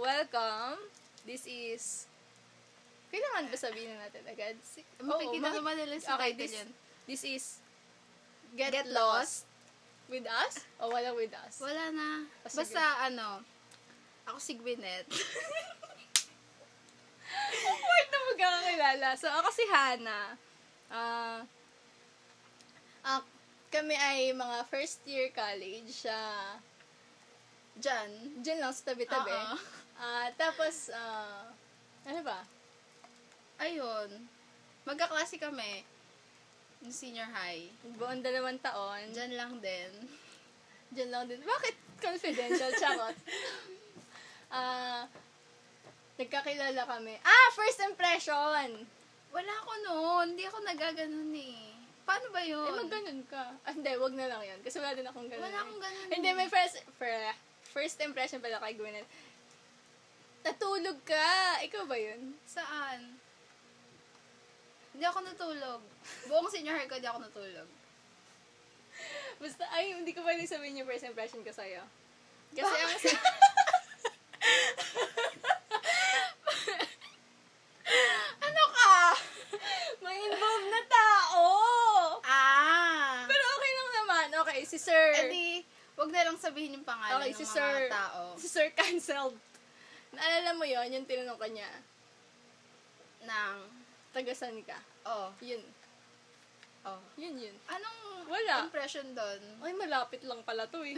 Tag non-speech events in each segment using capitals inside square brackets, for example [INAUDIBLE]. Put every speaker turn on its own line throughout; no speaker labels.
welcome. This is... Kailangan ba sabihin na natin agad? Si-
Makikita
maki-
naman nila sa
okay,
title
this,
yan.
this is Get,
Get
Lost. With us? O wala with us?
Wala na.
O, Ah, sige.
Basta ano, ako si Gwyneth. [LAUGHS]
Awkward na magkakakilala. So, ako si Hannah. Ah... ah, kami ay mga first year college. Siya...
Jan.
Diyan lang sa tabi-tabi.
Oo.
Ah, tapos, ah... ano ba?
Ayun. Magkaklase kami. Nung senior high.
Buong dalawang taon.
Jan lang din.
Diyan lang din. Bakit confidential?
[LAUGHS]
Charot. Ah, nagkakilala kami. Ah, first impression!
Wala ako noon. Hindi ako nagaganon eh. Paano ba yun?
Eh, magganon ka. Ah, hindi, wag na lang yan. Kasi wala din akong ganon.
Wala akong ganon.
Hindi, may first, fir- first impression pala kay Gwyneth. Natulog ka! Ikaw ba yun?
Saan? Hindi ako natulog. Buong senior high ko, hindi ako natulog.
Basta, ay, hindi ko pwede sabihin yung first impression ko sa'yo. Kasi ang... [LAUGHS]
Ano ka?
may involved na tao!
Ah!
Pero okay lang naman. Okay, si Sir.
Eh di, wag na lang sabihin yung pangalan
Okay,
ng
si
mga
Sir.
tao.
Si Sir Cancelled. Naalala mo yon yung tinanong ka niya.
Nang,
Tagasan ka.
oh,
Yun.
oh.
Yun, yun.
Anong
Wala.
impression doon?
Ay, malapit lang pala to eh.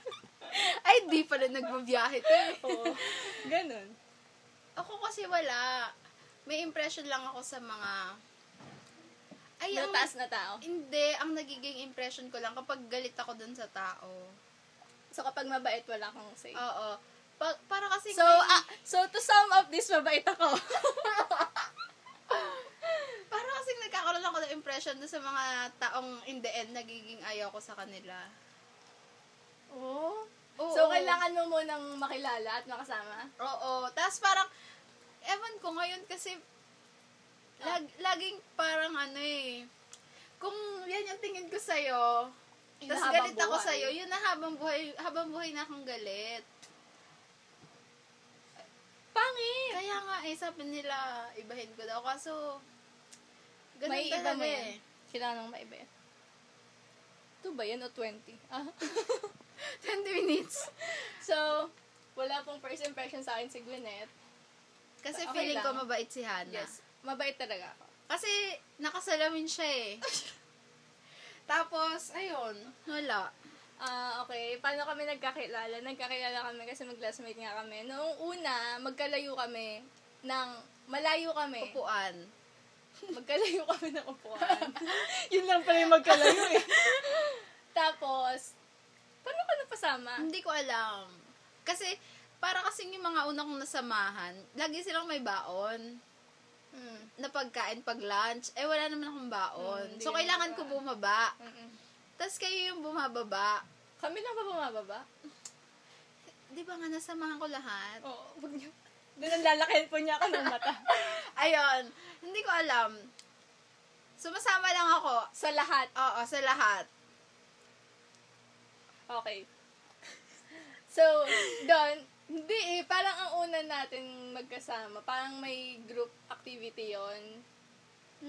[LAUGHS] Ay, di pala nagbabiyahe to eh.
[LAUGHS] Oo. Ganun.
Ako kasi wala. May impression lang ako sa mga... Ay, ang-
Nataas na tao.
Hindi, ang nagiging impression ko lang kapag galit ako dun sa tao.
So, kapag mabait, wala kang say.
Oo. Pa- para kasi
So,
may-
ah, so to sum up this, mabait ako. [LAUGHS]
para kasi nagkakaroon ako ng impression dun sa mga taong in the end nagiging ayaw ko sa kanila.
Oo.
Oh. Oo.
So, kailangan mo munang makilala at makasama?
Oo. Tapos parang, ewan ko ngayon kasi, lag, laging parang ano eh, kung yan yung tingin ko sa'yo,
Yun
tapos
na habang
galit ako
buhay.
sa'yo, yun na habang buhay, habang buhay na akong galit.
Pangit!
Kaya nga eh, sabi nila, ibahin ko daw. Kaso, ganun
May iba
talaga
mo
[LAUGHS] eh.
yan. Kailangan ng maiba yan. Ito ba yan o 20? Ah. [LAUGHS]
20 minutes.
so, wala pong first impression sa akin si Gwyneth.
Kasi
Okay
feeling ko
lang.
mabait si Hannah.
Yes. Mabait talaga ako.
Kasi, nakasalamin siya
[LAUGHS]
eh. Tapos, ayun, wala.
Ah, okay. Paano kami nagkakilala? Nagkakilala kami kasi mag-classmate nga kami. Noong una, magkalayo kami ng malayo kami.
Upuan.
Magkalayo kami ng upuan. [LAUGHS] Yun lang pala yung magkalayo eh. [LAUGHS] Tapos, paano ka napasama?
Hindi ko alam. Kasi, para kasing yung mga una kong nasamahan, lagi silang may baon
Mm.
na pagkain pag lunch. Eh, wala naman akong
Hmm,
baon.
hindi
so,
ka
kailangan ko
naman
bumaba.
Mm-mm.
Tapos kayo yung bumababa.
Kami lang ba bumababa?
Di ba nga nasamahan ko lahat?
Oo, wag niyo. Doon ang lalakihan po niya ako ng mata.
Ayun. Hindi ko alam. Sumasama lang ako.
[LAUGHS] Sa lahat.
Oo, sa lahat.
Okay. So, doon, hindi eh, parang ang una natin magkasama. Parang may group activity yon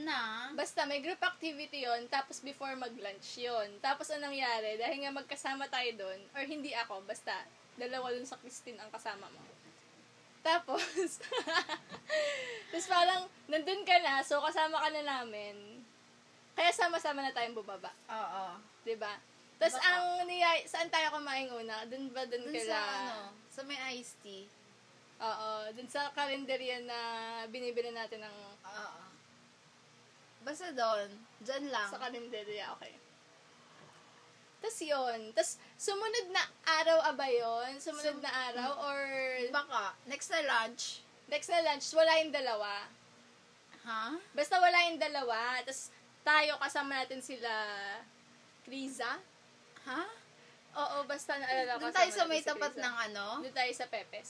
Na?
Basta may group activity yon tapos before mag-lunch yon Tapos anong nangyari, dahil nga magkasama tayo doon, or hindi ako, basta, dalawa dun sa Christine ang kasama mo. Tapos, [LAUGHS] tapos parang, nandun ka na, so kasama ka na namin, kaya sama-sama na tayong bubaba,
Oo.
'di ba? Tapos
Baka.
ang niyay, saan tayo kumain una? Dun ba dun,
Dun
ka
sa
na?
ano, sa may iced tea.
Oo, dun sa kalenderya na binibili natin ng
Oo. Basta doon. Diyan lang.
Sa kalendarya, okay. Tapos yun. Tapos sumunod na araw aba yun? Sumunod
Sum- Hmm. Diba?
na araw? Or
Baka, next na lunch,
next na lunch, wala yung dalawa.
ha?
Basta wala yung dalawa. Tapos tayo kasama natin sila Kriza.
Ha?
Oo, basta naalala ko.
Doon tayo
kasama
sa may
natin si
tapat
Criza.
ng ano?
Doon tayo sa Pepes.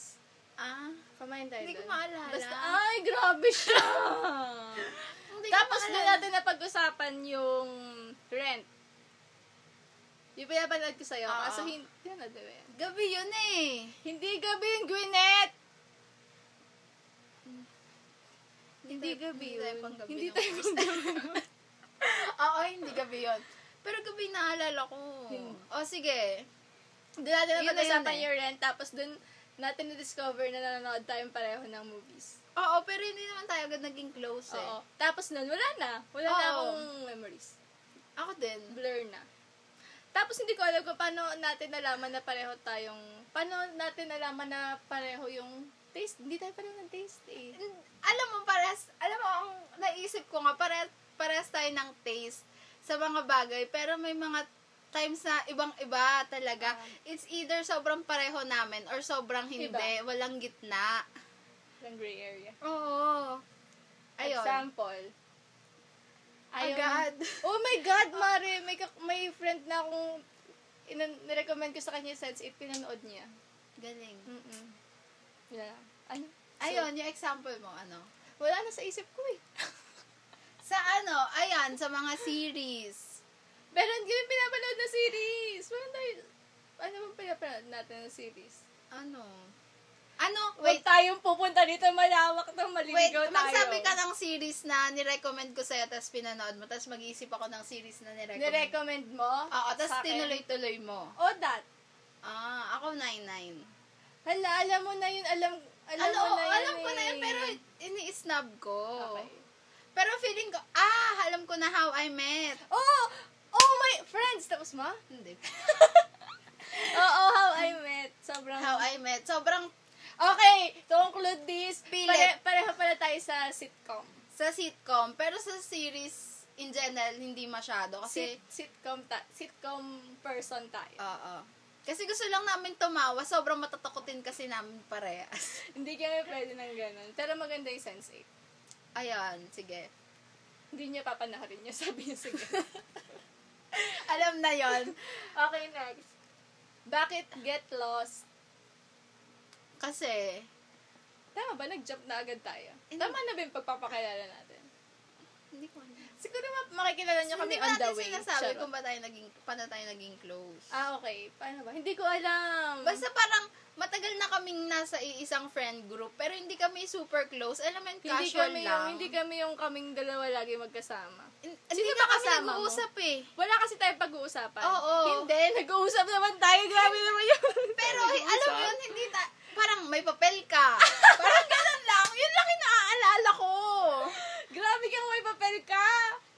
Ah?
Kumain tayo
Hindi ko
doon.
maalala.
Basta, ay, grabe siya!
[LAUGHS]
Tapos doon natin napag-usapan yung rent. Yung pinapanood ko sa'yo.
Oo.
Kaso hindi, hindi,
Gabi yun eh.
hindi gabi yung Gwyneth! Hindi
tayo-
gabi
Hindi tayo
yun.
pang gabi.
Hindi
nung-
tayo pang
[LAUGHS] Oo, hindi gabi yun. Pero gabi naalala ko.
Hmm.
O sige.
Doon natin
Yun na yun
napag-usapan
eh.
yung rent, tapos doon natin na-discover na nanonood tayong pareho ng movies.
Oo, pero hindi naman tayo agad naging close eh.
Oo. Tapos noon, wala na. Wala na
Oo.
akong memories.
Ako din.
Blur na. Tapos hindi ko alam kung paano natin nalaman na pareho tayong, paano natin nalaman na pareho yung taste. Hindi tayo pareho ng taste eh.
Alam mo, parehas, alam mo, ang naisip ko nga, parehas, parehas tayo ng taste sa mga bagay, pero may mga times na ibang-iba talaga. It's either sobrang pareho namin or sobrang hindi,
Iba.
walang gitna.
Ng gray area.
Oo. Ayun.
Example. Ayaw
Agad.
[LAUGHS] Oh my God, Mare! May, kak- may friend na akong inan- nirecommend ko sa kanya yung Sense8, pinanood niya.
Galing.
Mm-mm. Yeah. Ano?
Ayun, yung example mo, ano?
Wala na sa isip ko eh. [LAUGHS]
Sa ano, ayan, sa mga series.
Pero hindi yung pinapanood na series. Wala tayo... Ano bang pinapanood natin na series?
Ano? Ano?
Wait,
Wait,
tayong pupunta dito malawak ng
wait.
maliligaw tayo.
Magsabi ka ng series na nirecommend ko sa'yo, tapos pinanood mo, tapos mag-iisip ako ng series na nirecommend.
Nirecommend mo?
Oo, tapos
sa akin?
tinuloy-tuloy mo.
O that.
Ah, ako 9-9.
Hala, alam mo na yun. Alam, alam mo na yun
Alam, Ano, oh, alam ko na yun,
eh.
pero ini-snub ko.
Okay.
Pero feeling ko, ah, alam ko na how I met.
Oh! Oh my friends! Tapos mo?
Hindi.
Oo, oh, how I met. Sobrang...
How I met. Sobrang
Okay, to conclude this,
Pilit.
pare- pareho pala tayo sa sitcom.
sa sitcom, pero sa series in general, hindi masyado. Kasi,
Sit- sitcom ta- sitcom person tayo.
oo. Kasi gusto lang namin tumawa, sobrang matatakotin kasi namin parehas. [LAUGHS]
Hindi kami pwede ng ganun. Pero maganda yung sense
Ayan, sige.
Hindi niya papanaharin niya. [LAUGHS] Sabi niya, sige.
Alam na
[LAUGHS]
yon
okay, next. Bakit get lost?
Kasi,
Tama ba? Nag-jump na agad tayo.
Hindi.
Tama na ba yung pagpapakilala natin?
hindi ko alam.
Siguro ma- makikilala niyo kami
Hindi
on
pa
the
natin
way.
sinasabi
Charot.
kung ba tayo naging, paano tayo naging close.
Ah, okay. Paano ba? Hindi ko alam.
Basta parang matagal na kaming nasa iisang friend group, pero hindi kami super close. Alam mo, yun,
hindi
casual
kami
lang.
yung hindi kami yung kaming dalawa lagi magkasama.
Hin-
Sino
hindi
ba
na kami
kasama mo?
nag-uusap eh.
Wala kasi tayo pag-uusapan.
Oo.
Hindi, nag-uusap naman tayo. Grabe naman yun.
Pero eh, alam mo yun, hindi ta... Parang may papel
[LAUGHS]
ka. parang ganun lang. Yun lang yung naaalala ko.
Grabe kang may papel ka.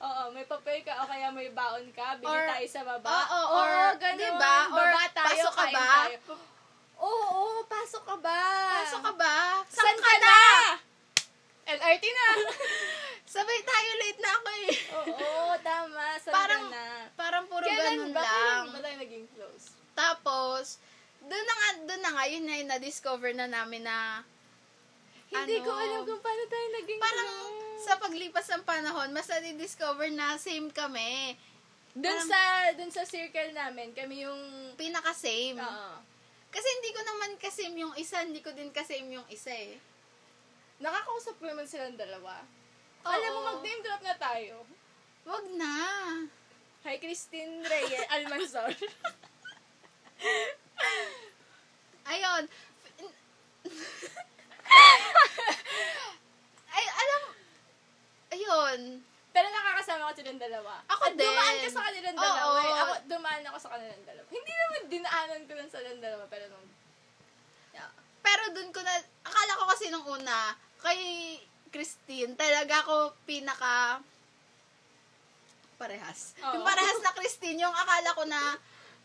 Oo, may papel ka o kaya may baon ka. Bili
Or-
tayo sa baba.
Oo, or,
ganun.
diba? Or,
Baba tayo,
pasok ka
kain
ba?
tayo. Oo, oo, pasok ka ba?
Pasok ka ba?
Saan
Saan
ka na? LRT na. [LAUGHS]
Sabay tayo late na ako eh.
oo, tama. Saan
Parang-
ka na?
Parang puro ganun
ba? Oh. Kailan
lang.
ba tayo naging close?
Tapos, doon na nga, doon na nga, yun na yung na-discover na namin na
Hindi
Ano?
ko alam kung paano tayo naging ano.
parang
close.
sa paglipas ng panahon, mas na-discover na same kami.
Dun sa,
parang-
dun sa circle namin, kami yung...
Pinaka-same.
Oo.
Kasi hindi ko naman kasame yung isa, hindi ko din kasame yung isa eh.
Nakakausap ko naman silang dalawa.
Oo.
Alam mo, mag-name drop na tayo.
Wag na.
Hi, Christine
[LAUGHS]
Reyes Almanzor.
Ayun. [LAUGHS] Ay, alam, ayun.
Pero nakakasama ko silang dalawa.
Ako
At dumaan
din.
ka sa kanilang
Oo.
dalawa. eh. Ako, dumaan ako sa kanilang dalawa. Hindi naman dinaanan ko lang sa kanilang dalawa. Pero nung... Yeah.
Pero dun ko na, akala ko kasi nung una, kay Christine, talaga ako pinaka parehas.
Oo.
Yung parehas na Christine, yung akala ko na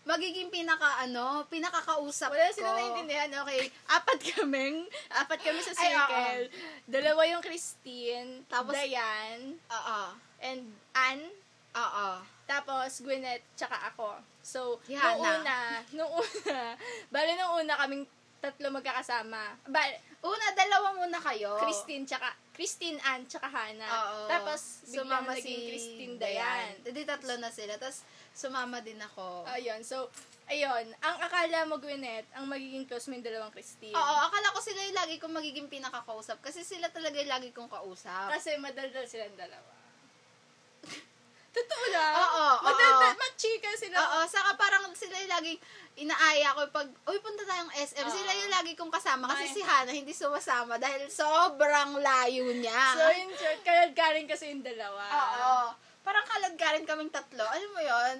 magiging pinaka ano, pinakakausap
Wala
ko.
silang naiintindihan. Okay, apat kaming, apat kami sa
Ay, oo.
circle. Dalawa yung Christine,
Tapos-
Diane,
Oo.
and Anne.
Oo.
Tapos, Gwyneth, tsaka ako. So,
Yana.
nung una, [LAUGHS] nung una, bali nung una kaming tatlo magkakasama. Bali,
Una, dalawa muna kayo.
Christine, tsaka, Christine Ann, tsaka Hannah.
Oo.
Tapos, biglang
sumama si
naging Christine Dayan.
Hindi, tatlo na sila. Tapos, sumama din ako.
Ayun, so, ayun. Ang akala mo, Gwyneth, ang magiging close mo yung dalawang Christine.
Oo, akala ko sila yung lagi kong magiging pinakakausap. Kasi sila talaga yung lagi kong kausap.
Kasi madaldal silang dalawa. [LAUGHS] Totoo lang.
Oo,
Magdadal,
oo.
magchika sila.
Oo, saka parang sila yung laging inaaya ko pag, uy, punta tayong SM.
Oo.
Sila yung lagi kong kasama kasi
Ay.
si Hana hindi sumasama dahil sobrang layo niya.
So, in short, kalad-karin kasi yung dalawa.
Oo. Parang kalad ka rin kaming tatlo. Alam mo yon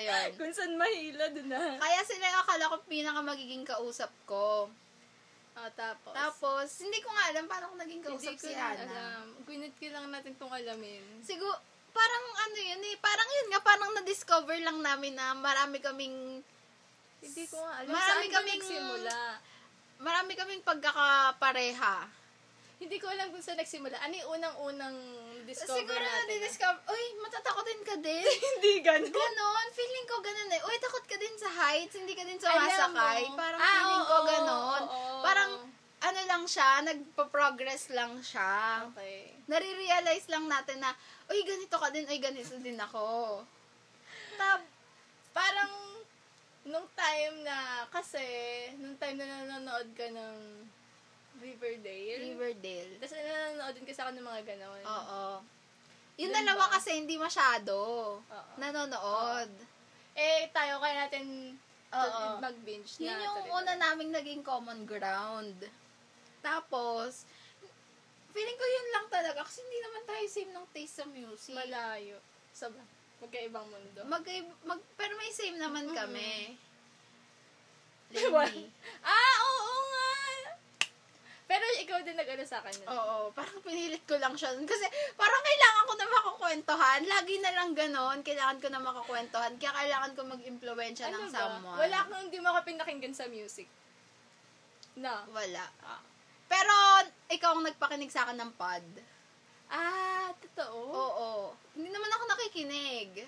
Ayun.
Kung saan mahila, dun na.
[LAUGHS] Kaya sila yung akala ko pinaka magiging kausap ko.
Oh, tapos.
Tapos, hindi ko nga alam paano ko naging kausap
Hindi ko
si
rin
Hana.
alam. Gunit ko lang natin itong alamin.
Siguro, parang ano yun eh. Parang yun nga, parang na-discover lang namin na marami kaming
Hindi ko nga alam.
Marami
Saan ba
kaming-
nagsimula?
marami kaming pagkakapareha.
Hindi ko alam kung saan nagsimula. Ano yung unang-unang discover
Siguro na [LAUGHS]
natin? eh.
discover uy, matatakotin ka
[LAUGHS]
din.
Hindi ganun.
ganon, feeling ko ganon eh. Uy, takot ka din sa heights, hindi ka din
Alam
sumasakay.
mo.
Parang
Ah,
feeling ko
oo,
ganon.
oo.
Parang, ano lang siya, nagpa-progress lang siya.
Okay.
Nare-realize lang natin na, uy, ganito ka din, uy, ganito din ako.
Tab, parang nung time na, kasi, nung time na nanonood ka ng Riverdale.
Riverdale.
Tapos nanonood din kasi ako ng mga ganon.
Oo. Yung
Yun
dalawa
ba?
kasi hindi masyado
Oo.
nanonood.
Eh, tayo kaya natin
Oo.
to- mag-binge na.
Yun yung
tuloy-tuloy.
una naming naging common ground. Tapos, feeling ko yun lang talaga kasi hindi naman tayo same ng taste sa music.
Malayo. Sa magkaibang mundo.
[LAUGHS] mag, mag, pero may same naman
Mm-mm.
kami.
What?
Lady.
ah, oo nga! Pero ikaw din nag-ano sa akin. nun.
Oo, parang pinilit ko lang siya. nun. Kasi parang kailangan ko na makakwentuhan. Lagi na lang ganon. Kailangan ko na makakwentuhan. Kaya kailangan ko mag-impluensya ng
Ano
someone.
Wala akong hindi mo ka pinakinggan sa music. No.
Wala.
Ah.
Pero, ikaw ang nagpakinig sa akin ng pod.
Ah,
Oh,
totoo?
Oo. Hindi naman ako nakikinig.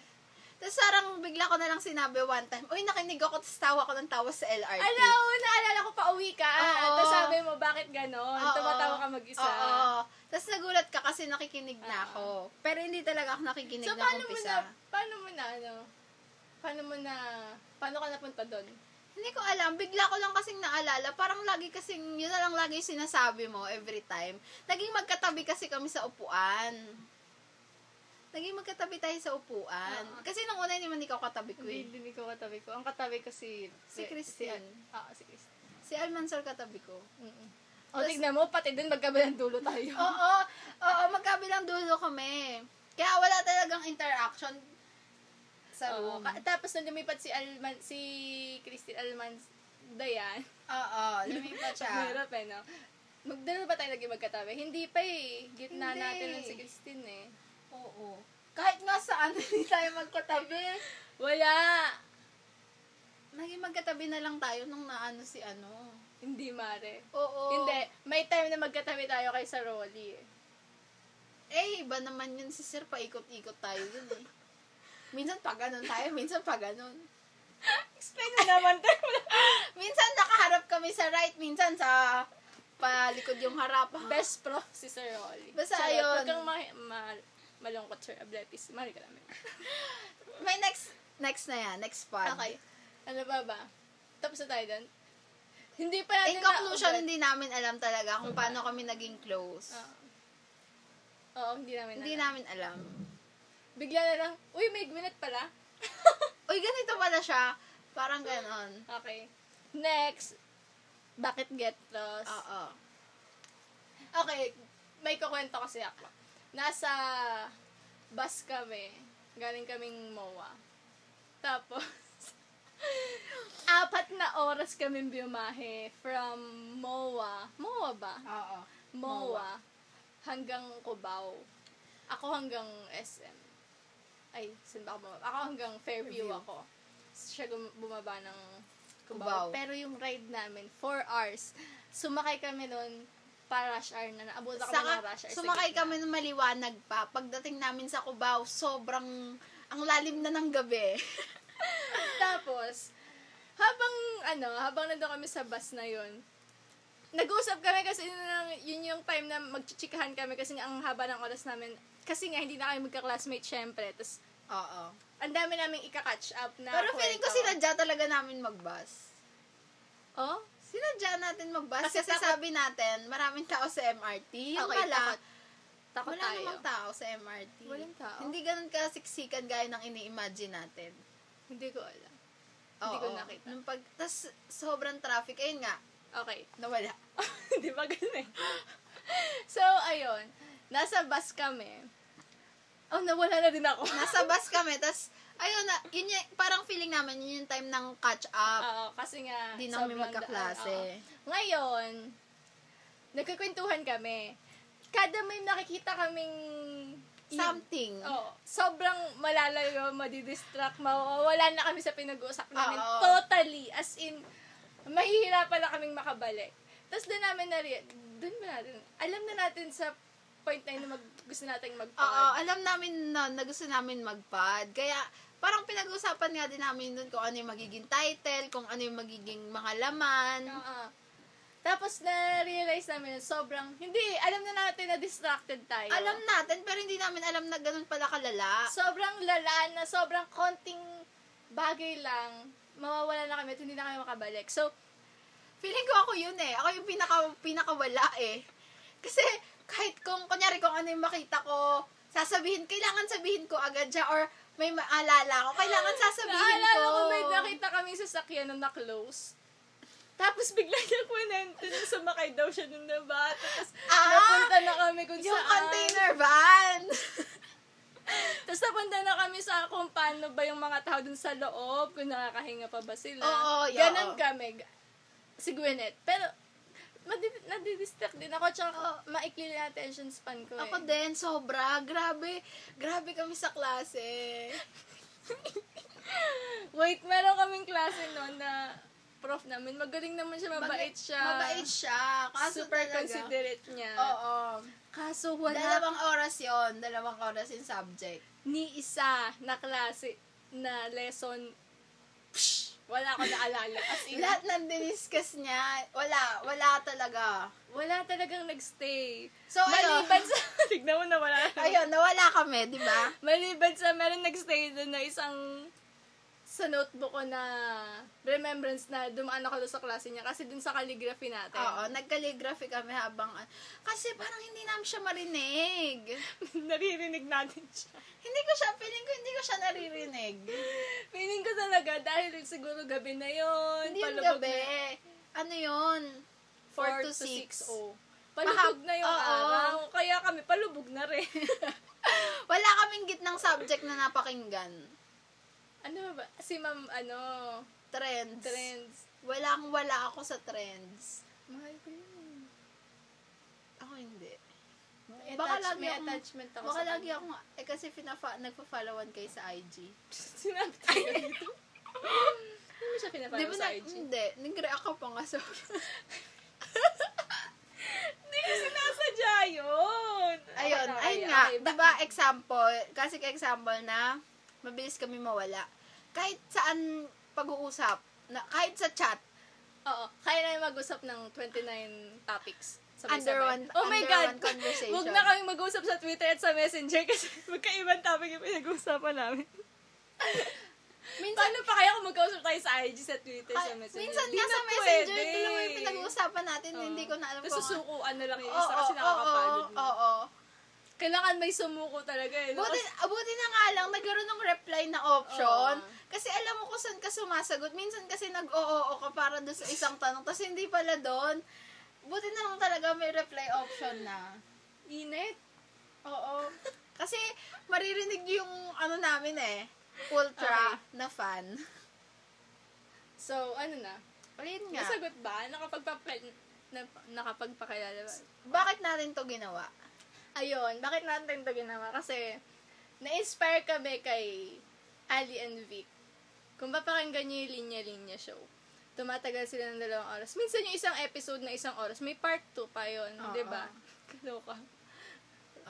Tapos sarang bigla ko na lang sinabi one time, Uy, nakinig ako, tapos tawa ko ng tawa sa LRT.
Alam mo, naalala ko pa uwi ka. ah,
Oo.
Tapos sabi mo, bakit ganon?
Oo.
Tumatawa ka mag-isa.
Oo. Tapos nagulat ka kasi nakikinig na
Oo.
ako. Pero hindi talaga ako nakikinig
So,
na
paano mo na,
umpisa.
paano mo na, ano, paano mo na, paano ka napunta doon?
Hindi ko alam. Bigla ko lang kasing naalala. Parang lagi kasing, yun na lang lagi yung sinasabi mo every time. Naging magkatabi kasi kami sa upuan. Naging magkatabi tayo sa upuan.
Oo.
Kasi nung una, hindi man ikaw katabi ko eh.
Hindi, hindi ko katabi ko. Ang katabi ko si...
Si Christine.
Si, ah, si Christine.
Si Almansor katabi ko.
Mm-mm. O, tignan mo, pati doon magkabilang dulo tayo.
Oo, oo, magkabilang dulo kami. Kaya wala talagang interaction sa
Oo.
room.
Ka- tapos nung lumipat si Alman, si Christine Alman, Dayan.
Oo, lumipat siya.
Mahirap eh, no? Magdalo ba tayo lagi magkatabi? Hindi pa eh. Gitna
Hindi.
natin lang si Christine eh.
Oo. Kahit nga saan, [LAUGHS] hindi tayo magkatabi.
Wala!
Naging magkatabi na lang tayo nung naano si ano.
Hindi, Mare.
Oo.
Hindi. May time na magkatabi tayo kay sa Rolly eh.
Eh, iba naman yun si Sir. Paikot-ikot tayo yun eh. Minsan pa ganun tayo, minsan pa ganun.
Explain mo naman tayo.
[LAUGHS] Minsan nakaharap kami sa right, minsan sa palikod yung harap.
Best prof si Sir Rolly.
Basta
Charot.
ayun.
Huwag kang ma- ma- malungkot, Sir Abletis. Mahal ka namin.
May next, next na yan, next part.
[LAUGHS] Okay. Ano ba ba? Tapos na tayo doon? Hindi pa natin
In conclusion,
na-
hindi namin alam talaga kung paano kami naging close.
Oo. Oo, hindi namin
Hindi
alam.
namin alam.
Bigla na lang, uy, may Gwyneth pala.
Uy, ganito pala siya. Parang ganon.
Okay. Next, bakit get lost?
Oo.
Okay, may kukwento kasi ako. Nasa bus kami, galing kaming MOA. Tapos, [LAUGHS] apat na oras kami biyomahe from MOA. MOA ba?
Oo.
MOA hanggang Cubao. Ako hanggang SM. Ay, saan ba ako bumaba? Ako hanggang Fairview,
Fairview.
ako. Siya gum- bumaba ng
Cubao.
Cubao. Pero yung ride namin, 4 hours. Sumakay kami nun para rush hour na. Naabot kami
Saka,
ng rush hour. sa
sumakay
gitna.
kami ng maliwanag pa. Pagdating namin sa Cubao, sobrang ang lalim na ng
[LAUGHS]
gabi.
[LAUGHS] Tapos, habang, ano, habang nandun kami sa bus na yun, nag-usap kami kasi yun, ang- yun yung time na magchichikahan kami kasi nga ang haba ng oras namin. Kasi nga, hindi na kami magka-classmate, syempre. Tapos,
Oo.
ang dami naming ika-catch up na
Pero feeling ko
kwento.
sinadya talaga namin mag-bus.
Oh?
Sinadya natin mag-bus kasi,
Kasi takot-
sabi natin, maraming tao sa MRT. Yun
Okay,
pala,
takot. Takot
Wala
tayo.
namang tao sa MRT.
Walang tao.
Hindi ganun kasiksikan gaya ng ini-imagine natin.
Hindi ko alam. Hindi ko nakita.
Nung pag, tas sobrang traffic, ayun nga,
[LAUGHS] Okay.
nawala.
Di ba ganun eh? so, ayun. Nasa bus kami. Oh, nawala na din ako. [LAUGHS]
Nasa bus kami, tas ayun na, yun yung, parang feeling namin, yun yung time ng catch up.
Oo, kasi nga.
Hindi na kami
sobrang daan.
magkaklase.
Oo. Ngayon, nagkikwentuhan kami. Kada may nakikita kaming
Something.
Oh, sobrang malalayo, madidistract, mawawala na kami sa pinag-uusap namin.
Oo.
Totally. As in, mahihirapan na kaming makabalik. Tapos doon namin na doon ba natin, alam na natin sa point na yun na mag, gusto nating mag
Oo, alam namin na, na gusto namin mag-pod. Kaya, parang pinag-usapan nga din namin dun kung ano yung magiging title, kung ano yung magiging mga laman.
Tapos na-realize namin na sobrang, hindi, alam na natin na distracted tayo.
Alam natin, pero hindi namin alam na ganun pala kalala.
sobrang lala na sobrang konting bagay lang, mawawala na kami at hindi na kami makabalik. So,
Feeling ko ako yun eh. Ako yung pinaka, pinakawala eh. Kasi kahit kung, kunyari kung ano yung makita ko, sasabihin, kailangan sabihin ko agad siya or may maalala ko, kailangan sasabihin ko.
Naalala ko may nakita kami sa sakyan na na-close. Tapos bigla niya kunento na sumakay daw siya nung nabata. Tapos
Ah!
napunta na kami kung
Yung
saan.
container van. [LAUGHS]
Tapos napunta na kami sa kung paano ba yung mga tao dun sa loob, kung nakakahinga pa ba sila.
Oo, yeah,
Ganon
oo.
kami. Ga- Si Gwyneth. Pero, madi- nadidistract din ako. Tsaka, maikli na attention span ko eh.
Ako din, sobra. Grabe. Grabe kami sa klase.
Wait, meron kaming klase noon na prof namin. Magaling naman siya, mabait siya.
Mabait siya. Kaso
Super
talaga.
considerate niya.
Oo.
Kaso wala
Dalawang oras yon Dalawang oras yung subject.
ni isa na klase na lesson. Psh, wala ko naalala. As in,
Lahat ng diniscuss niya, wala. Wala talaga.
wala talagang nagstay.
So, ayun.
Maliban sa, [LAUGHS] tignan mo na wala.
Ayun, nawala kami, di ba?
Maliban sa, meron nagstay doon na isang sa notebook ko na remembrance na dumaan ako doon sa klase niya kasi doon sa calligraphy natin.
Oo, nag-calligraphy kami habang... Kasi parang hindi namin siya marinig.
[LAUGHS] Naririnig natin siya.
Hindi ko siya, feeling ko hindi ko siya naririnig.
Feeling ko talaga dahil siguro gabi na yon
hindi yung
palubog
gabi.
na-
Ano yun? 4 to 6.
oh. Palubog
Maha-
na yung
Oo.
araw. Kaya kami, palubog na [LAUGHS] rin.
Wala kaming gitnang subject na napakinggan.
ano ba? Si ma'am, ano,
Trends.
trends.
Walang wala ako sa trends.
Mahal ko yun.
Ako hindi.
May,
Baka
attach-
lagi
may
akong-
attachment ako [LAUGHS]
Baka
sa
lagi
kanya.
akong, eh kasi pinafa, nagpa-followan kayo sa IG.
Sinabi tayo [LAUGHS] dito. Hindi mo siya pinapalo
Di ba
sa
na,
IG.
hindi, nag-react ako pa nga
[LAUGHS]
so. [LAUGHS]
Hindi ko sinasadya yun. Okay,
ayun, ayun
okay,
nga,
okay.
di ba example, kasi example na mabilis kami mawala. Kahit saan pag-uusap, na, kahit sa chat,
Oo. Kaya na mag-usap ng 29 topics.
Under one-
oh my
under
God.
one conversation.
[LAUGHS] Huwag na kami mag-usap sa Twitter at sa Messenger kasi [LAUGHS] magkaibang topic yung pinag-uusapan namin.
minsan,
Paano pa kaya kung magkausap tayo sa IG, sa Twitter,
ah,
sa Messenger?
minsan
Di
nga
na
sa messenger,
pwede.
tuloy yung pinag-uusapan natin,
Oo.
hindi ko na alam
Tapos
kung ano.
susukuan na lang yung
Oo,
isa kasi
oo,
nakakapagod.
Oo, oo.
Kailangan may sumuko talaga eh. no?
Buti, ah, buti na nga lang, nagkaroon ng reply na option.
Oo.
Kasi alam mo kung saan ka sumasagot. Minsan kasi nag-oo ka para doon sa isang tanong, tapos hindi pala doon. Buti na lang talaga may reply option na.
Init.
Oo. Kasi maririnig yung ano namin eh, ultra na fan.
So, ano na?
Ayun nga.
Nasagot ba? Nakapagpapakilala na, nakapagpakilala ba?
Bakit natin to ginawa?
Ayun, bakit natin ito ginawa? Kasi, na-inspire kami kay Ali and Vic. Kung papakinggan niyo yung linya-linya show, tumatagal sila ng dalawang oras. Minsan yung isang episode na isang oras, may part 2 pa yun,
Oo.
di ba? [LAUGHS] Kaloka.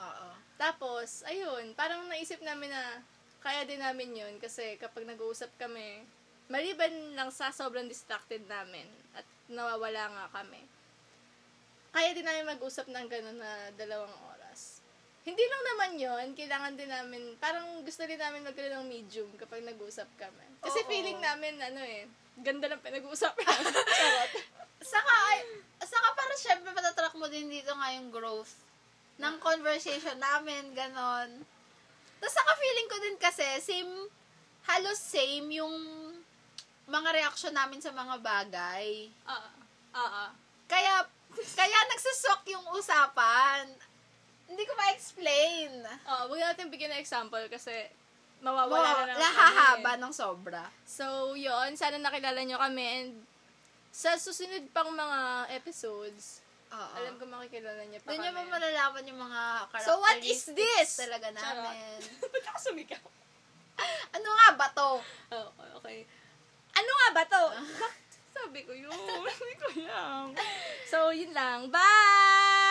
Oo.
Tapos, ayun, parang naisip namin na kaya din namin yun kasi kapag nag-uusap kami, maliban lang sa sobrang distracted namin at nawawala nga kami, kaya din namin mag-usap ng gano'n na dalawang oras. Hindi lang naman yon kailangan din namin, parang gusto din namin magkaroon ng medium kapag nag-usap kami. Kasi
Oo.
feeling namin, ano eh, ganda lang pinag-uusap namin. [LAUGHS] Charot.
Saka, ay, saka para syempre matatrack mo din dito nga yung growth ng conversation namin, ganon. Tapos naka-feeling ko din kasi, same, halos same yung mga reaction namin sa mga bagay.
Oo. Oo.
Kaya, kaya nagsasok yung usapan. Hindi ko ma-explain.
Oo, Ah, huwag natin bigyan ng example kasi mawawala na
Wala
naman. eh.
lahahaba
kami.
ng sobra.
So, yon Sana nakilala nyo kami and sa susunod pang mga episodes,
Oo.
alam ko makikilala nyo pa
Ah. Doon nyo
kami.
pa malalaman yung mga characteristics
So, what is this?
talaga namin.
[LAUGHS]
[LAUGHS]
Ba't ako sumigaw?
ano nga ba to? Oh,
Oo, okay. Ano nga ba to?
Ah. [LAUGHS]
Bakit sabi ko yun? Hindi ko alam. So, yun lang. Bye!